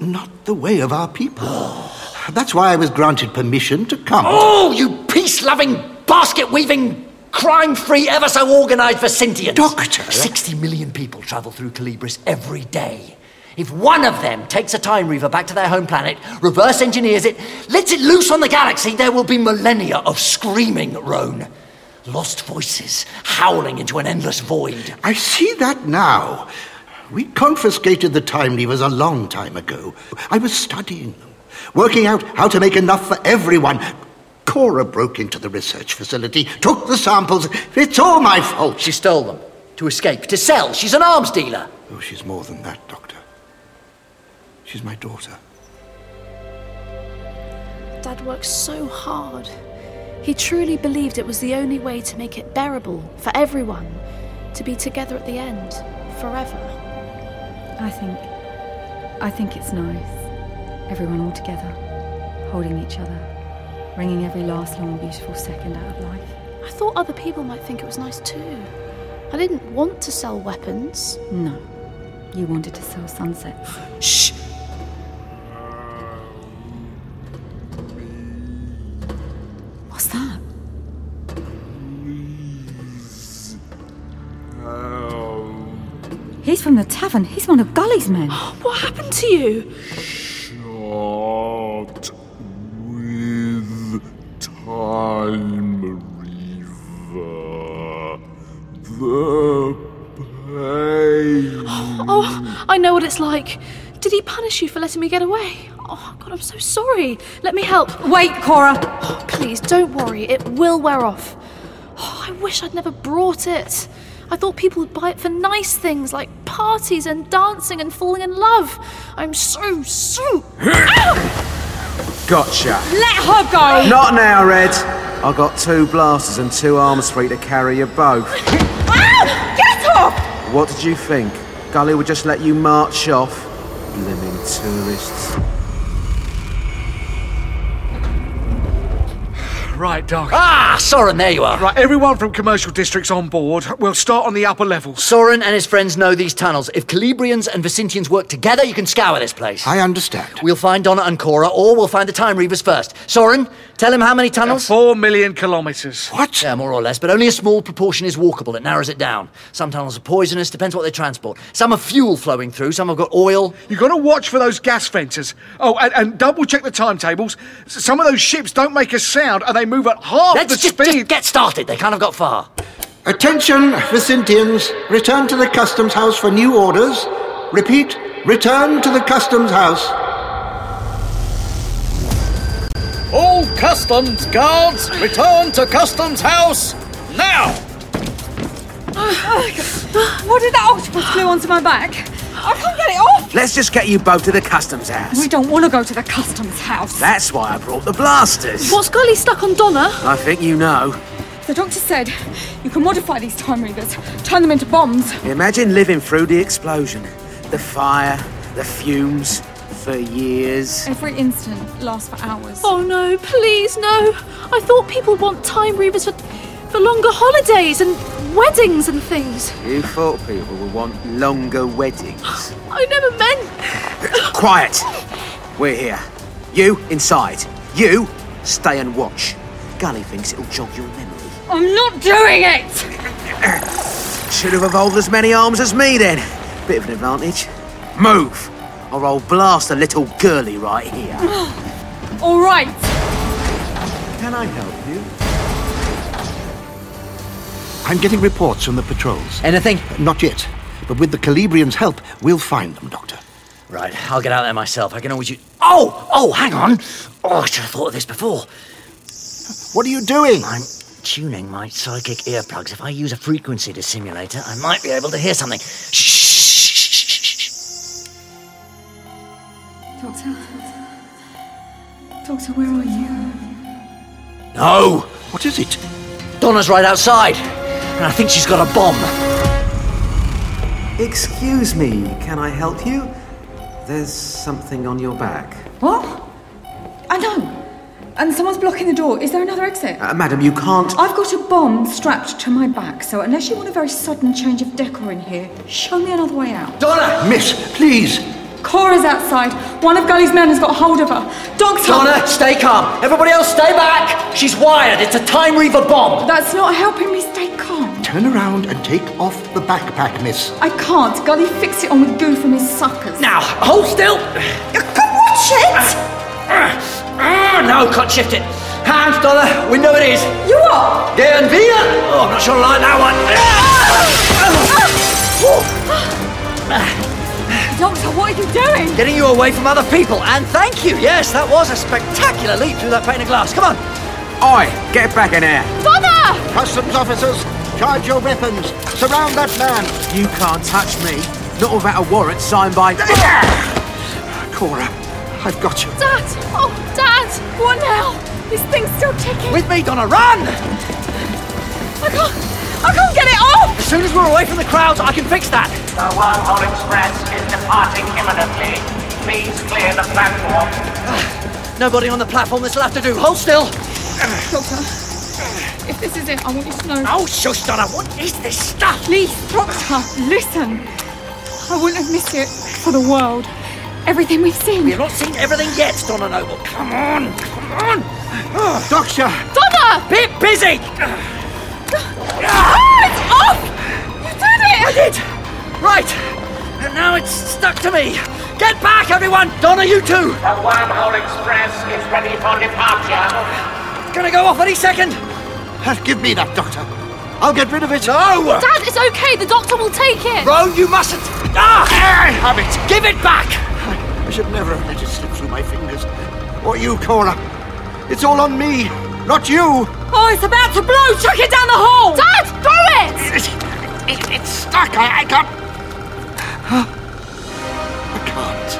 J: not the way of our people. That's why I was granted permission to come.
B: Oh, you peace loving, basket weaving, crime free, ever so organised Vicintians.
J: Doctor.
B: 60 million people travel through Calibris every day. If one of them takes a time reaver back to their home planet, reverse engineers it, lets it loose on the galaxy, there will be millennia of screaming Roan. Lost voices howling into an endless void.
J: I see that now. We confiscated the time levers a long time ago. I was studying them, working out how to make enough for everyone. Cora broke into the research facility, took the samples. It's all my fault.
B: She stole them to escape, to sell. She's an arms dealer.
J: Oh, she's more than that, Doctor. She's my daughter.
A: Dad worked so hard. He truly believed it was the only way to make it bearable for everyone, to be together at the end, forever.
E: I think. I think it's nice. Everyone all together, holding each other, wringing every last long, beautiful second out of life.
A: I thought other people might think it was nice too. I didn't want to sell weapons.
E: No, you wanted to sell sunsets.
A: Shh!
E: What's that? He's from the tavern. He's one of Gully's men.
A: What happened to you?
L: Not with time reaver. The pain.
A: Oh, I know what it's like. Did he punish you for letting me get away? Oh, God, I'm so sorry. Let me help. Oh,
E: Wait, Cora!
A: Please, don't worry. It will wear off. Oh, I wish I'd never brought it. I thought people would buy it for nice things like parties and dancing and falling in love. I'm so, so.
F: Gotcha.
E: Let her go!
F: Not now, Red. I got two blasters and two arms free to carry you both.
A: Ah!
E: Ow! Get off!
F: What did you think? Gully would just let you march off? Blimmin' tourists.
I: Right, Doc.
B: Ah, Soren, there you are.
I: Right, everyone from commercial districts on board. We'll start on the upper levels.
B: Soren and his friends know these tunnels. If Calibrians and Vicintians work together, you can scour this place.
J: I understand.
B: We'll find Donna and Cora, or we'll find the Time Reavers first. Soren, tell him how many tunnels?
I: Four million kilometres.
B: What? Yeah, more or less, but only a small proportion is walkable. It narrows it down. Some tunnels are poisonous, depends what they transport. Some are fuel flowing through, some have got oil.
I: You've got to watch for those gas fences. Oh, and, and double check the timetables. S- Some of those ships don't make a sound and they move at half
B: Let's
I: the
B: just,
I: speed.
B: just get started. They can't have got far.
J: Attention, Vicintians. Return to the customs house for new orders. Repeat, return to the customs house.
G: All customs guards, return to customs house now!
E: What did that octopus glue onto my back? I can't get it off.
F: Let's just get you both to the customs house.
E: We don't want to go to the customs house.
F: That's why I brought the blasters.
E: What's Gully stuck on Donna?
F: I think you know.
E: The doctor said you can modify these time readers, turn them into bombs.
F: Imagine living through the explosion, the fire, the fumes, for years.
E: Every incident lasts for hours.
A: Oh no, please no. I thought people want time reavers for, for longer holidays and weddings and things.
F: You thought people would want longer weddings.
A: I never meant.
F: Quiet! We're here. You inside. You stay and watch. Gully thinks it'll jog your memory.
E: I'm not doing it!
F: Should have evolved as many arms as me then. Bit of an advantage. Move, or I'll blast a little girly right here.
E: All right.
F: Can I help you?
J: I'm getting reports from the patrols.
B: Anything?
J: Not yet, but with the Calibrians' help, we'll find them, Doctor.
B: Right, I'll get out there myself. I can always use. Oh! Oh, hang on! Oh, I should have thought of this before.
J: What are you doing?
B: I'm tuning my psychic earplugs. If I use a frequency dissimulator, I might be able to hear something. Shh!
E: Doctor. Doctor, where are you?
B: No!
J: What is it?
B: Donna's right outside, and I think she's got a bomb.
F: Excuse me, can I help you? There's something on your back.
E: What? I know. And someone's blocking the door. Is there another exit?
F: Uh, madam, you can't.
E: I've got a bomb strapped to my back, so unless you want a very sudden change of decor in here, show me another way out.
B: Donna!
J: Miss, please.
E: Cora's outside. One of Gully's men has got hold of her. Doctor!
B: Donna, stay calm. Everybody else, stay back. She's wired. It's a time reaver bomb.
E: That's not helping me stay calm.
J: Turn around and take off the backpack, Miss.
E: I can't. Gully fixed it on with goo from his suckers.
B: Now, hold still.
E: You can watch it!
B: Ah, no, can't shift it. Hands, Donna. Window it is.
E: You are!
B: Down via. Oh, I'm not sure I like that one.
E: Ah! Doctor, what are you doing?
B: Getting you away from other people, and thank you. Yes, that was a spectacular leap through that pane of glass. Come on.
F: Oi, get back in here.
A: Donna!
J: Customs officers, charge your weapons. Surround that man.
F: You can't touch me. Not without a warrant signed by.
J: Cora, I've got you.
A: Dad! Oh, Dad!
E: What now? This thing's still ticking.
B: With me, Donna. Run.
E: I can't. I can't get it off!
B: As soon as we're away from the crowds, I can fix that.
M: The Wormhole Express is departing imminently. Please clear the platform.
B: Nobody on the platform. This will have to do. Hold still.
E: Doctor, if this is it, I want you to know.
B: Oh, shush, Donna. What is this stuff?
E: Please, Proctor, listen. I wouldn't have missed it for the world. Everything we've seen.
B: We've not seen everything yet, Donna Noble. Come on. Come on. Ah,
J: Doctor,
A: Donna!
B: Bit busy.
E: Ah, it's off! You did it!
B: I did! Right! And now it's stuck to me! Get back, everyone! Donna, you too!
M: The Wormhole Express is ready for departure.
B: Gonna go off any second!
J: Ah, give me that, Doctor. I'll get rid of it.
B: No!
A: Dad, it's okay. The doctor will take it.
B: Roan, you mustn't! Ah! I have it! Give it back!
J: I should never have let it slip through my fingers. Or you, Cora. It's all on me, not you.
E: Oh, it's about to blow! Chuck it down the hole!
A: Dad, throw it!
J: It, it- it's stuck. I, I can't. I can't.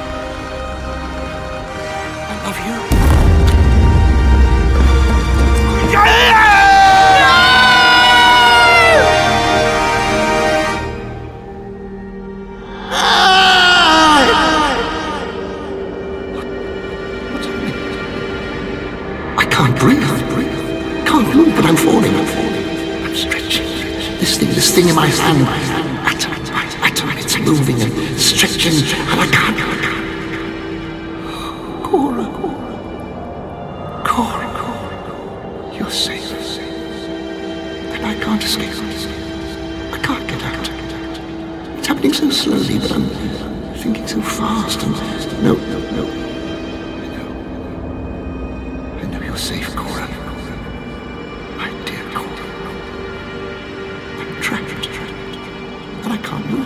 J: I love you. What- what's happening? I can't breathe. breathe.
I: realize then that, that time it's moving and stretching and I can't. I can't. Cora, Cora, Cora, Cora, you're safe. And I can't escape. I can't get out. It's happening so slowly, but I'm thinking so fast and no, no, no. I know. I know you're safe, Cora. My dear Cora. I'm trapped, trapped. And I can't move.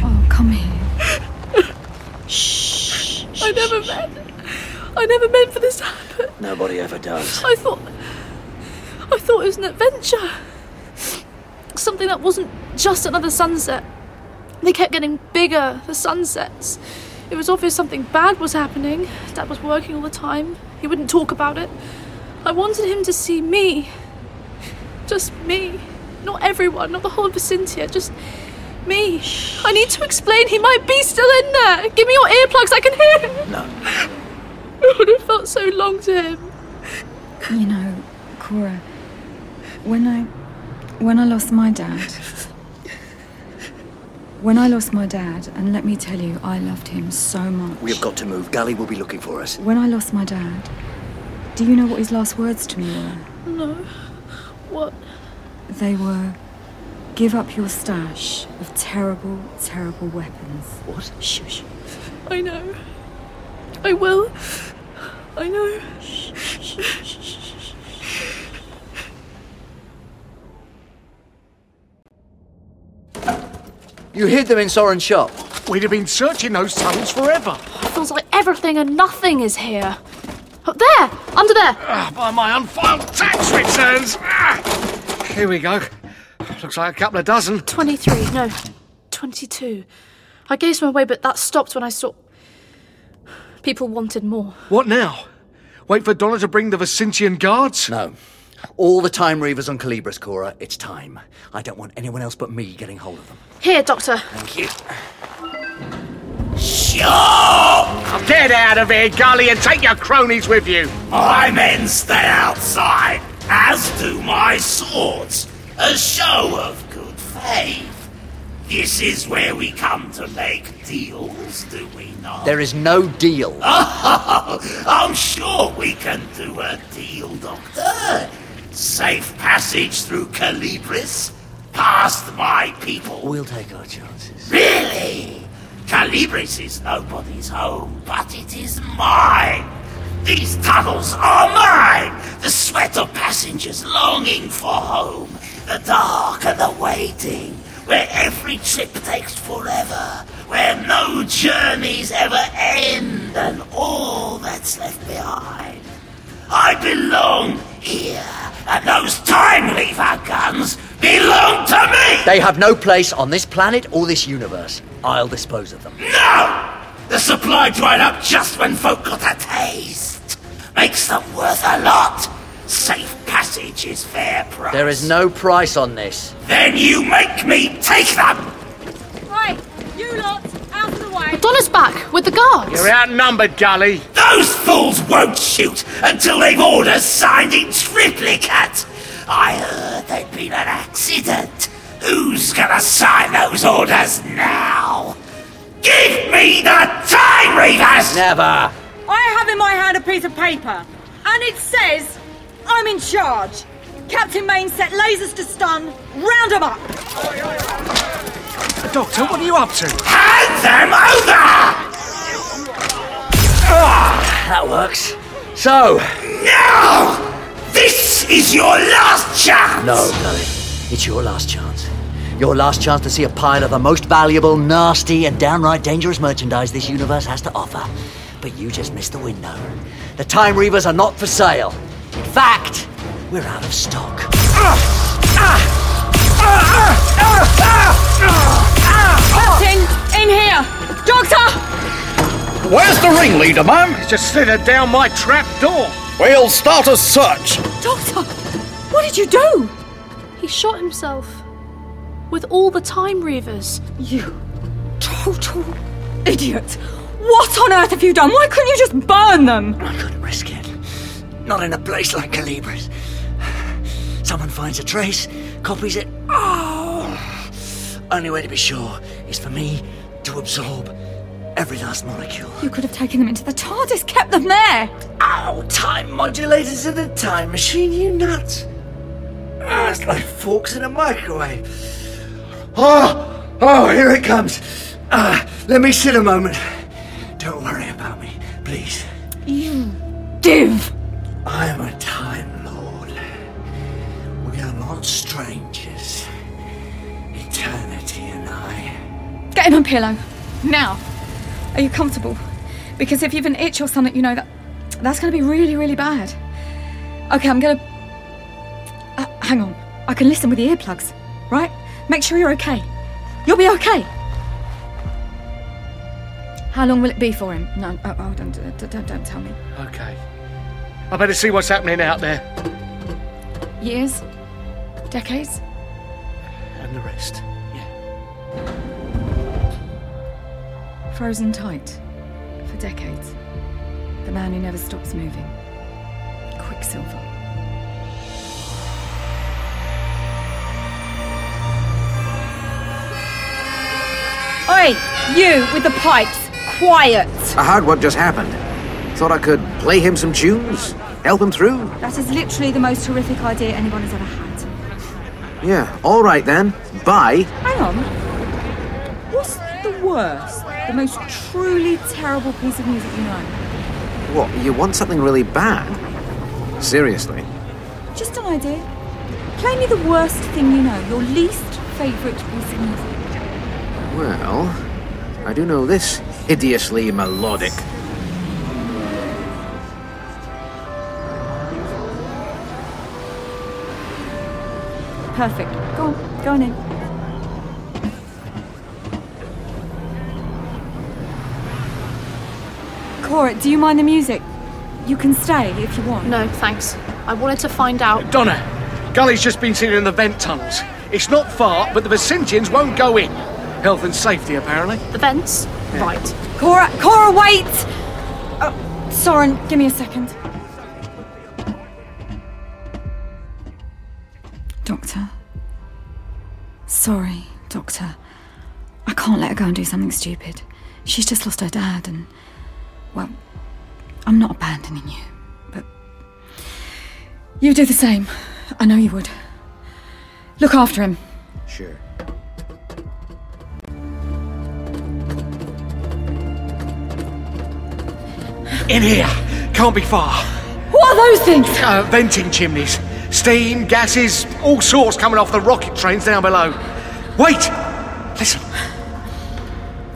D: Oh, come here.
A: I never meant. I never meant for this to happen.
B: Nobody ever does.
A: I thought. I thought it was an adventure. Something that wasn't just another sunset. They kept getting bigger, the sunsets. It was obvious something bad was happening. Dad was working all the time. He wouldn't talk about it. I wanted him to see me. Just me. Not everyone, not the whole of Vicintia, just me. I need to explain. He might be still in there. Give me your earplugs. I can hear him.
B: No.
A: It would have felt so long to him.
E: You know, Cora, when I when I lost my dad when I lost my dad, and let me tell you, I loved him so much.
B: We have got to move. Gully will be looking for us.
E: When I lost my dad, do you know what his last words to me were?
A: No. What?
E: They were give up your stash of terrible, terrible weapons.
B: What?
E: Shush.
A: I know. I will. I know.
B: You hid them in Soren's shop.
N: We'd have been searching those tunnels forever.
A: It feels like everything and nothing is here. Up there! Under there!
N: Ah, by my unfiled tax returns. Ah, here we go. Looks like a couple of dozen.
A: 23, no, 22. I gave some away, but that stopped when I saw. People wanted more.
N: What now? Wait for Donna to bring the Vicentian guards?
B: No. All the time reavers on Calibris, Cora. It's time. I don't want anyone else but me getting hold of them.
A: Here, Doctor.
B: Thank you.
I: Sure!
N: Get out of here, Gully, and take your cronies with you.
I: My men stay outside, as do my swords. A show of good faith. This is where we come to make deals, do we not?
B: There is no deal.
I: Oh, I'm sure we can do a deal, Doctor. Safe passage through Calibris, past my people.
B: We'll take our chances.
I: Really? Calibris is nobody's home, but it is mine. These tunnels are mine. The sweat of passengers longing for home. The dark and the waiting. Where every trip takes forever. Where no journeys ever end. And all that's left behind. I belong here. And those time lever guns belong to me.
B: They have no place on this planet or this universe. I'll dispose of them.
I: No! The supply dried up just when folk got a taste. Makes them worth a lot. Safe passage is fair price.
B: There is no price on this.
I: Then you make me take them!
D: Right, you lot, out of the way.
A: Donna's back with the guards.
N: You're outnumbered, Gully.
I: Those fools won't shoot until they've orders signed in triplicate. I heard there'd been an accident. Who's gonna sign those orders now? Give me the time readers!
B: Never!
D: I have in my hand a piece of paper, and it says, I'm in charge. Captain Main set lasers to stun, round 'em up.
N: Doctor, what are you up to?
I: Hand them over!
B: That works. So,
I: Now! This is your last chance!
B: no, Gully. It's your last chance. Your last chance to see a pile of the most valuable, nasty, and downright dangerous merchandise this universe has to offer. But you just missed the window. The Time Reavers are not for sale. In fact, we're out of stock.
D: Captain, in here. Doctor!
G: Where's the ringleader, ma'am?
N: It's just slithered down my trap door.
G: We'll start a search.
D: Doctor! What did you do?
A: He shot himself. with all the Time Reavers.
E: You total idiot! What on earth have you done? Why couldn't you just burn them?
O: I couldn't risk it. Not in a place like Calibres. Someone finds a trace, copies it. Oh! Only way to be sure is for me to absorb every last molecule.
E: You could have taken them into the TARDIS, kept them there!
O: Ow! Time modulators in a time machine, you nut! Ah, it's like forks in a microwave. Oh! Oh, here it comes! Ah, let me sit a moment. Don't worry about me, please.
E: You div!
O: I'm a Time Lord. We are not strangers. Eternity and I.
E: Get him a pillow. Now. Are you comfortable? Because if you've an itch or something, you know that that's going to be really, really bad. Okay, I'm going to. Uh, hang on. I can listen with the earplugs, right? Make sure you're okay. You'll be okay. How long will it be for him? No, oh, oh don't, don't, don't, don't tell me.
I: Okay. I better see what's happening out there.
E: Years? Decades?
I: And the rest.
E: Frozen tight. For decades. The man who never stops moving. Quicksilver.
P: Oi, you with the pipes, quiet.
F: I heard what just happened. Thought I could play him some tunes, help him through.
E: That is literally the most horrific idea anyone has ever had.
F: Yeah, all right then. Bye.
E: Hang on. What's the worst, the most truly terrible piece of music you know?
F: What, you want something really bad? Seriously?
E: Just an idea. Play me the worst thing you know, your least favourite piece of music.
F: Well, I do know this hideously melodic.
E: Perfect. Go on, go on in. Cora, do you mind the music? You can stay if you want.
A: No, thanks. I wanted to find out.
I: Donna, Gully's just been seen in the vent tunnels. It's not far, but the Vicentians won't go in. Health and safety, apparently.
A: The vents? Right.
E: Cora, Cora, wait! Oh, Soren, give me a second. Doctor. Sorry, Doctor. I can't let her go and do something stupid. She's just lost her dad, and. Well, I'm not abandoning you, but. You do the same. I know you would. Look after him.
F: Sure.
I: In here. Can't be far.
E: What are those things?
I: Uh, venting chimneys. Steam, gases, all sorts coming off the rocket trains down below. Wait! Listen.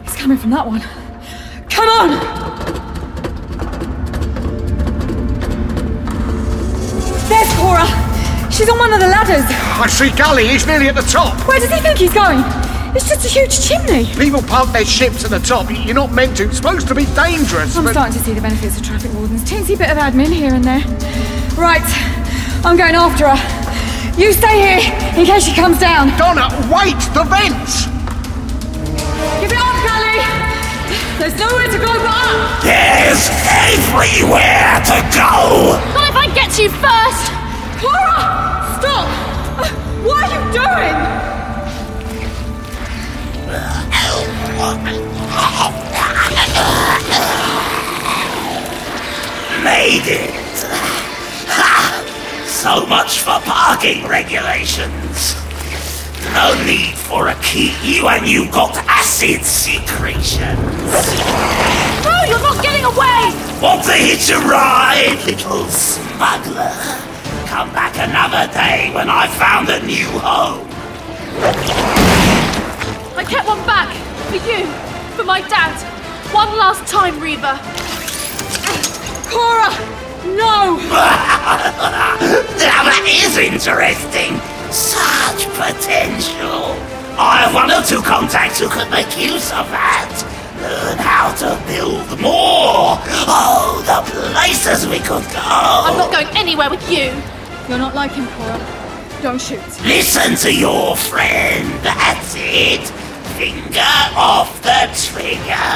E: It's coming from that one. Come on! There's Cora! She's on one of the ladders!
I: I see Gully, he's nearly at the top.
E: Where does he think he's going? It's just a huge chimney!
I: People pump their ships at the top. You're not meant to. It's supposed to be dangerous.
E: I'm
I: but-
E: starting to see the benefits of traffic wardens. Teensy bit of admin here and there. Right, I'm going after her. You stay here in case she comes down.
I: Donna, wait! The vents!
E: Give it up, Gully! There's nowhere to go but up!
B: There's everywhere to go!
A: Not if I get to you first! Cora! Stop! What are you doing?
B: Made it! Ha! So much for parking regulations. No need for a key. You and you got acid secretions.
A: No, you're not getting away!
B: Want to hitch a ride, little smuggler? Come back another day when I've found a new home.
A: I kept one back for you, for my dad. One last time, Reaver. Cora! No!
B: now that is interesting. Such potential. I have one or two contacts who could make use of that. Learn how to build more. Oh, the places we could go.
A: I'm not going anywhere with you.
E: You're not like him, Cora. Don't shoot.
D: Listen to your friend. That's it. Finger off the trigger.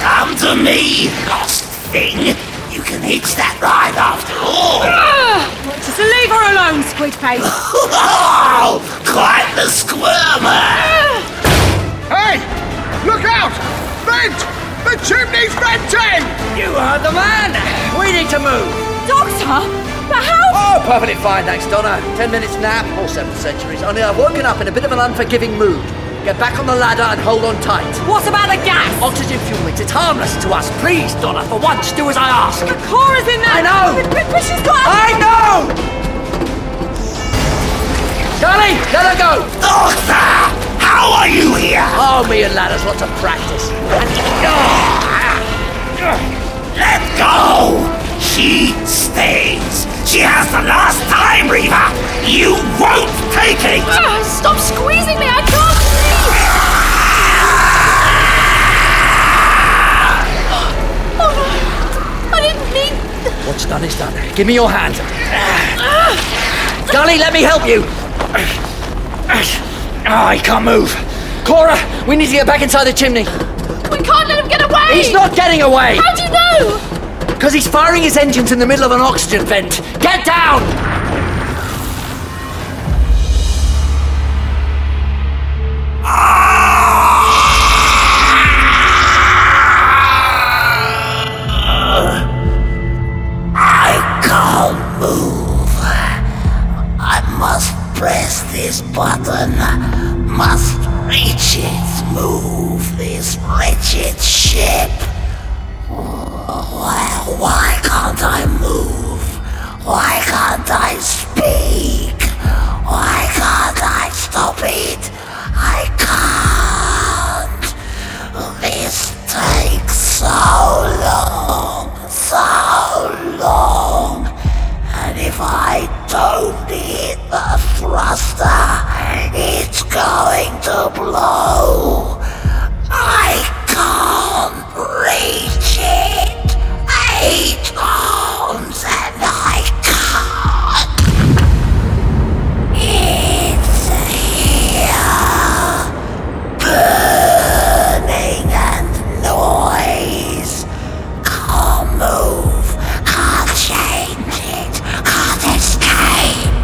D: Come to me, lost thing. You can hitch that ride after all.
B: Ah,
Q: Just leave her alone, Squidface.
D: Oh, quite the squirmer.
B: Ah.
I: Hey! Look out! Vent! The chimney's venting!
B: You heard the man! We need to move!
Q: Doctor? But how?
B: Oh, perfectly fine, thanks, Donna. Ten minutes nap, or seven centuries. Only I've woken up in a bit of an unforgiving mood. Get back on the ladder and hold on tight.
Q: What about the gas?
B: Oxygen fuel leaks. It's harmless to us. Please, Donna, for once, do as I ask.
Q: The core is in there.
B: I know.
Q: But, but- but she's got.
B: I know! Charlie, let her go! Doctor! How are you here? Oh, me and ladders, lots of practice.
D: Let go! She stays. She has the last time, Reaver. You won't take it.
A: Ah, Stop squeezing me! I can't breathe! Oh no! I didn't mean.
B: What's done is done. Give me your hand. Dolly, let me help you. Ah, he can't move. Cora, we need to get back inside the chimney.
A: We can't let him get away!
B: He's not getting away.
A: How do you know?
B: Because he's firing his engines in the middle of an oxygen vent. Get down!
D: I can't move. I must press this button. Must reach it. Move this wretched ship. Why, why can't I move? Why can't I speak? Why can't I stop it? I can't. This takes so long, so long. And if I don't hit the thruster, it's going to blow. I can't reach it. Eight arms and I can't. It's here. Burning and noise. Can't move. Can't change it. Can't escape.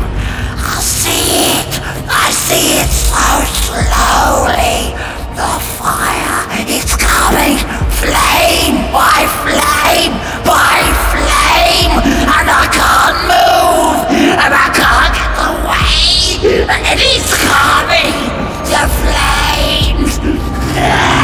D: I see it. I see it so slowly. The fire is coming. Flame by flame by flame. And I can't move. And I can't get away. And it's coming. The flames.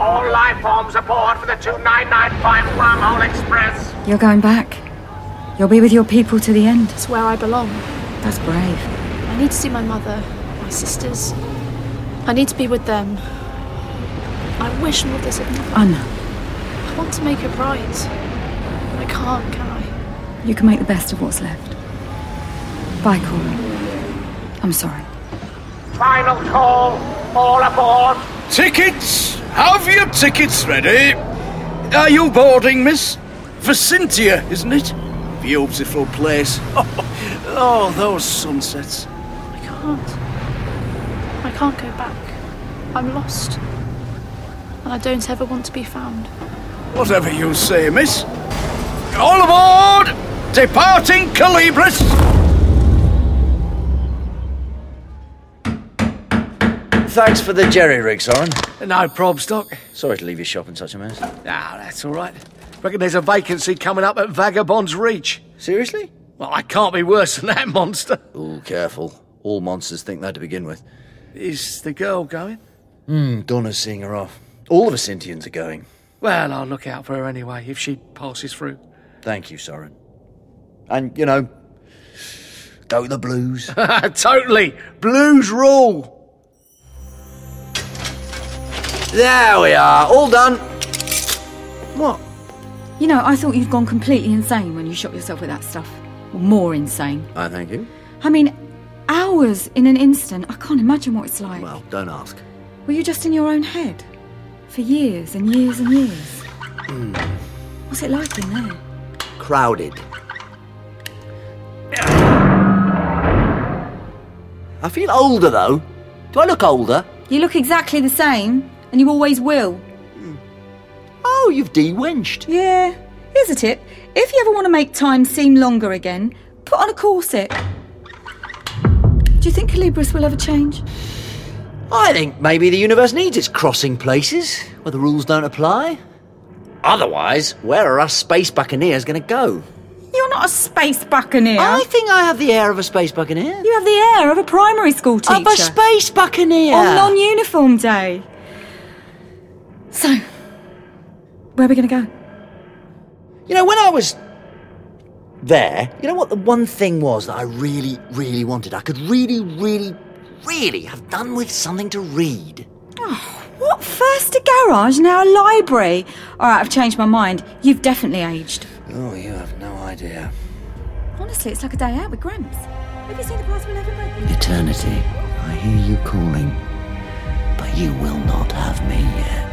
J: All life forms aboard for the 2995 Wormhole Express.
E: You're going back. You'll be with your people to the end.
A: It's where I belong.
E: That's brave.
A: I need to see my mother, my sisters. I need to be with them. I wish all this had never.
E: I know.
A: I want to make it right. But I can't, can I?
E: You can make the best of what's left. Bye, Cora. I'm sorry.
J: Final call. All aboard.
G: Tickets! Have your tickets ready. Are you boarding, miss? Vicintia, isn't it? Beautiful place. Oh, those sunsets.
A: I can't. I can't go back. I'm lost. And I don't ever want to be found.
G: Whatever you say, miss. All aboard! Departing Calibris!
B: Thanks for the jerry rig, Soren.
I: No probs, Doc.
B: Sorry to leave your shop in such a mess.
I: Ah, that's all right. Reckon there's a vacancy coming up at Vagabond's Reach.
B: Seriously?
I: Well, I can't be worse than that monster.
B: Ooh, careful. All monsters think that to begin with.
I: Is the girl going?
B: Hmm, Donna's seeing her off. All of us Indians are going.
I: Well, I'll look out for her anyway if she passes through.
B: Thank you, Soren. And, you know, go the blues.
I: totally. Blues rule.
B: there we are, all done. What?
E: You know, I thought you'd gone completely insane when you shot yourself with that stuff. More insane.
B: Uh,
R: I thank you.
E: I mean, hours in an instant. I can't imagine what it's like.
R: Well, don't ask.
E: Were you just in your own head? For years and years and years. What's it like in there?
B: Crowded. I feel older though. Do I look older?
E: You look exactly the same, and you always will.
B: Oh, you've de-wenched.
E: Yeah. Here's a tip. If you ever want to make time seem longer again, put on a corset. Do you think Calibris will ever change?
B: I think maybe the universe needs its crossing places where the rules don't apply. Otherwise, where are us space buccaneers going to go?
E: You're not a space buccaneer.
B: I think I have the air of a space buccaneer.
E: You have the air of a primary school teacher.
B: Of a space buccaneer.
E: On non uniform day. So, where are we going to go?
B: You know, when I was there, you know what the one thing was that I really, really wanted? I could really, really, really have done with something to read.
E: What? First a garage, now a library. All right, I've changed my mind. You've definitely aged.
R: Oh, you have no idea.
E: Honestly, it's like a day out with Gramps. Have you seen the price we'll ever break?
B: Eternity, I hear you calling, but you will not have me yet.